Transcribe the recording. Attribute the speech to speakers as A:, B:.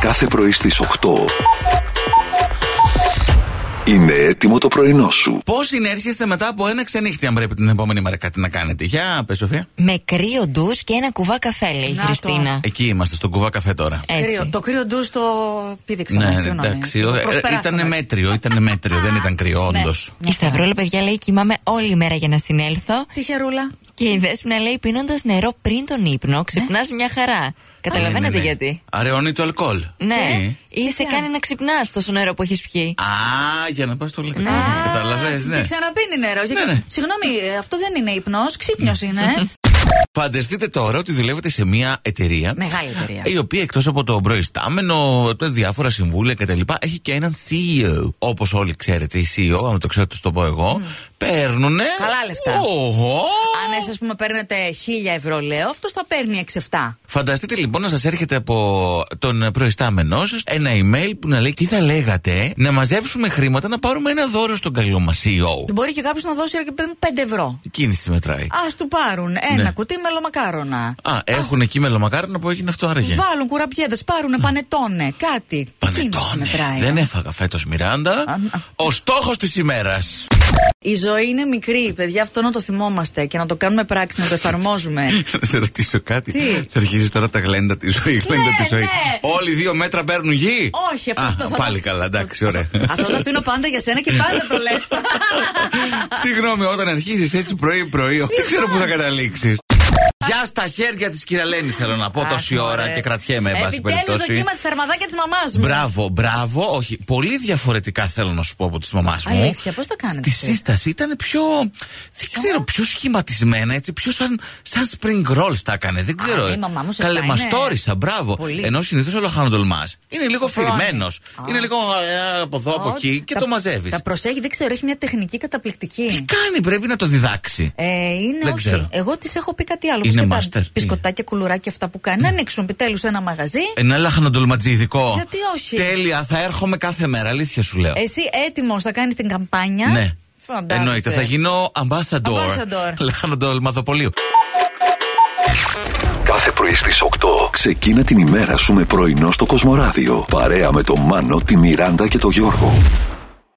A: κάθε πρωί στις 8. Είναι έτοιμο το πρωινό σου.
B: Πώς συνέρχεστε μετά από ένα ξενύχτη, αν πρέπει την επόμενη μέρα κάτι να κάνετε. Για πες, Σοφία.
C: Με κρύο ντους και ένα κουβά καφέ, λέει η
D: Να το.
C: Χριστίνα.
B: Εκεί είμαστε, στον κουβά καφέ τώρα.
C: Έτσι.
D: Κρύο. Το κρύο ντους το πήδηξαμε.
B: ναι,
D: συγγνώμη.
B: εντάξει.
D: Το
B: ε,
D: προσπεράσαμε.
B: Ήταν μέτριο, ήταν μέτριο. δεν ήταν κρύο, όντως.
D: Ναι.
C: Η Σταυρόλα, παιδιά, λέει: Κοιμάμαι όλη μέρα για να συνέλθω.
D: Τι χερούλα.
C: Και η Δέσποινα λέει: Πίνοντας νερό πριν τον ύπνο, ξυπνάς μια
D: Ναι.
C: χαρά. Καταλαβαίνετε γιατί.
B: Αραιώνει το αλκοόλ.
C: Ναι,
B: Ναι, Τι?
C: ή σε κάνει να ξυπνάς τόσο νερό που έχεις πιει.
B: Α, για να πας στο λεπτό. Καταλαβέ, ναι.
D: Και ξαναπίνει νερό. Και
B: Ναι,
D: ξα-
B: ναι.
D: Συγγνώμη, ε, αυτό δεν είναι ύπνος, ξύπνιος είναι.
B: Φανταστείτε τώρα ότι δουλεύετε σε μια εταιρεία.
D: Μεγάλη εταιρεία.
B: Ε, Η οποία εκτός από το προϊστάμενο, τα διάφορα συμβούλια κτλ. έχει και έναν CEO. Όπως όλοι ξέρετε, οι CEO, αν το ξέρετε, το πω εγώ, παίρνουνε.
D: Καλά λεφτά.
B: Οχο.
D: Αν εσύ, ας πούμε, παίρνετε 1000 ευρώ, λέω, αυτός θα παίρνει 6-7.
B: Φανταστείτε λοιπόν να σας έρχεται από τον προϊστάμενό σας ένα email που να λέει τι θα λέγατε να μαζέψουμε χρήματα να πάρουμε ένα δώρο στον καλό μας CEO.
D: Και Μπορεί και κάποιος να δώσει ρε, και παιδί μου, 5 ευρώ.
B: Η κίνηση μετράει.
D: Ας του πάρουν ένα
B: Ναι.
D: κουτί μελομακάρονα.
B: Α, έχουν εκεί μελομακάρονα που έγινε αυτό άραγε.
D: Βάλουν κουραπιέδε, πάρουν πανετόνε, κάτι. Κίνηση
B: Ναι. Πανετώνε.
D: μετράει. ε?
B: Δεν έφαγα φέτος Μιράντα. Ο στόχος της ημέρας.
D: Η ζωή είναι μικρή, παιδιά, αυτό να το θυμόμαστε και να το κάνουμε πράξη, να το εφαρμόζουμε.
B: Θα σε ρωτήσω κάτι.
D: Τι?
B: Θα αρχίζεις τώρα τα γλέντα τη ζωή. γλέντα τη ζωή.
D: ναι.
B: Όλοι δύο μέτρα παίρνουν γη.
D: Όχι, αυτό
B: Α,
D: το θα το-
B: Πάλι καλά, εντάξει, ωραία.
D: αυτό το αφήνω πάντα για σένα και πάντα το λες.
B: Συγγνώμη, όταν αρχίζεις έτσι πρωί-πρωί, δεν ξέρω πού θα καταλήξεις. Γεια στα χέρια της κυραλένη θέλω να πω τόση ώρα Ε, και κρατιέμαι, εν πάση
D: Επιτέλους
B: περιπτώσει.
D: δοκίμασε τα αρμαδάκια της μαμάς μου.
B: Μπράβο, μπράβο. Όχι, πολύ διαφορετικά θέλω να σου πω από τη μαμάς μου.
D: Αλήθεια, πώς το κάνετε
B: Στη
D: εσύ?
B: σύσταση ήταν πιο. Δεν ξέρω, πιο σχηματισμένα έτσι. Πιο σαν, σαν spring rolls τα έκανε. Δεν ξέρω.
D: ε, η μαμά μου σε αυτά
B: Καλεμαστόρισα, μπράβο.
D: Πολύ.
B: Ενώ συνήθως ο λαχανοτολμά είναι λίγο φυρμένο. Είναι λίγο ε, από εδώ, από
D: Ό,
B: εκεί και
D: τα-
B: το μαζεύεις.
D: Τα προσέχει, δεν ξέρω, έχει μια τεχνική
B: Τι
D: καταπληκτική.
B: κάνει, πρέπει να το διδάξει.
D: Ε, είναι
B: Δεν
D: όχι.
B: ξέρω.
D: Εγώ της έχω πει κάτι άλλο.
B: Είναι
D: Σκετά-
B: master. Τι? Ναι.
D: Πισκοτάκια, κουλουράκια, αυτά που κάνει. Να ανοίξουν επιτέλου ένα μαγαζί.
B: Ένα λαχανοτολματζίδικο.
D: Γιατί όχι?
B: Τέλεια, θα έρχομαι κάθε μέρα, αλήθεια σου λέω.
D: Εσύ έτοιμος θα κάνεις την καμπάνια.
B: Ε, Ναι.
D: ε, Φαντάζεσαι.
B: Εννοείται. Θα γίνω ambassador.
D: Ambassador.
B: Λαχανοτολμαδοπολίου.
A: Κάθε πρωί στις 8. Ξεκίνα την ημέρα σου με πρωινό στο Κοσμοράδιο. Παρέα με τον Μάνο, τη Μιράντα και τον Γιώργο.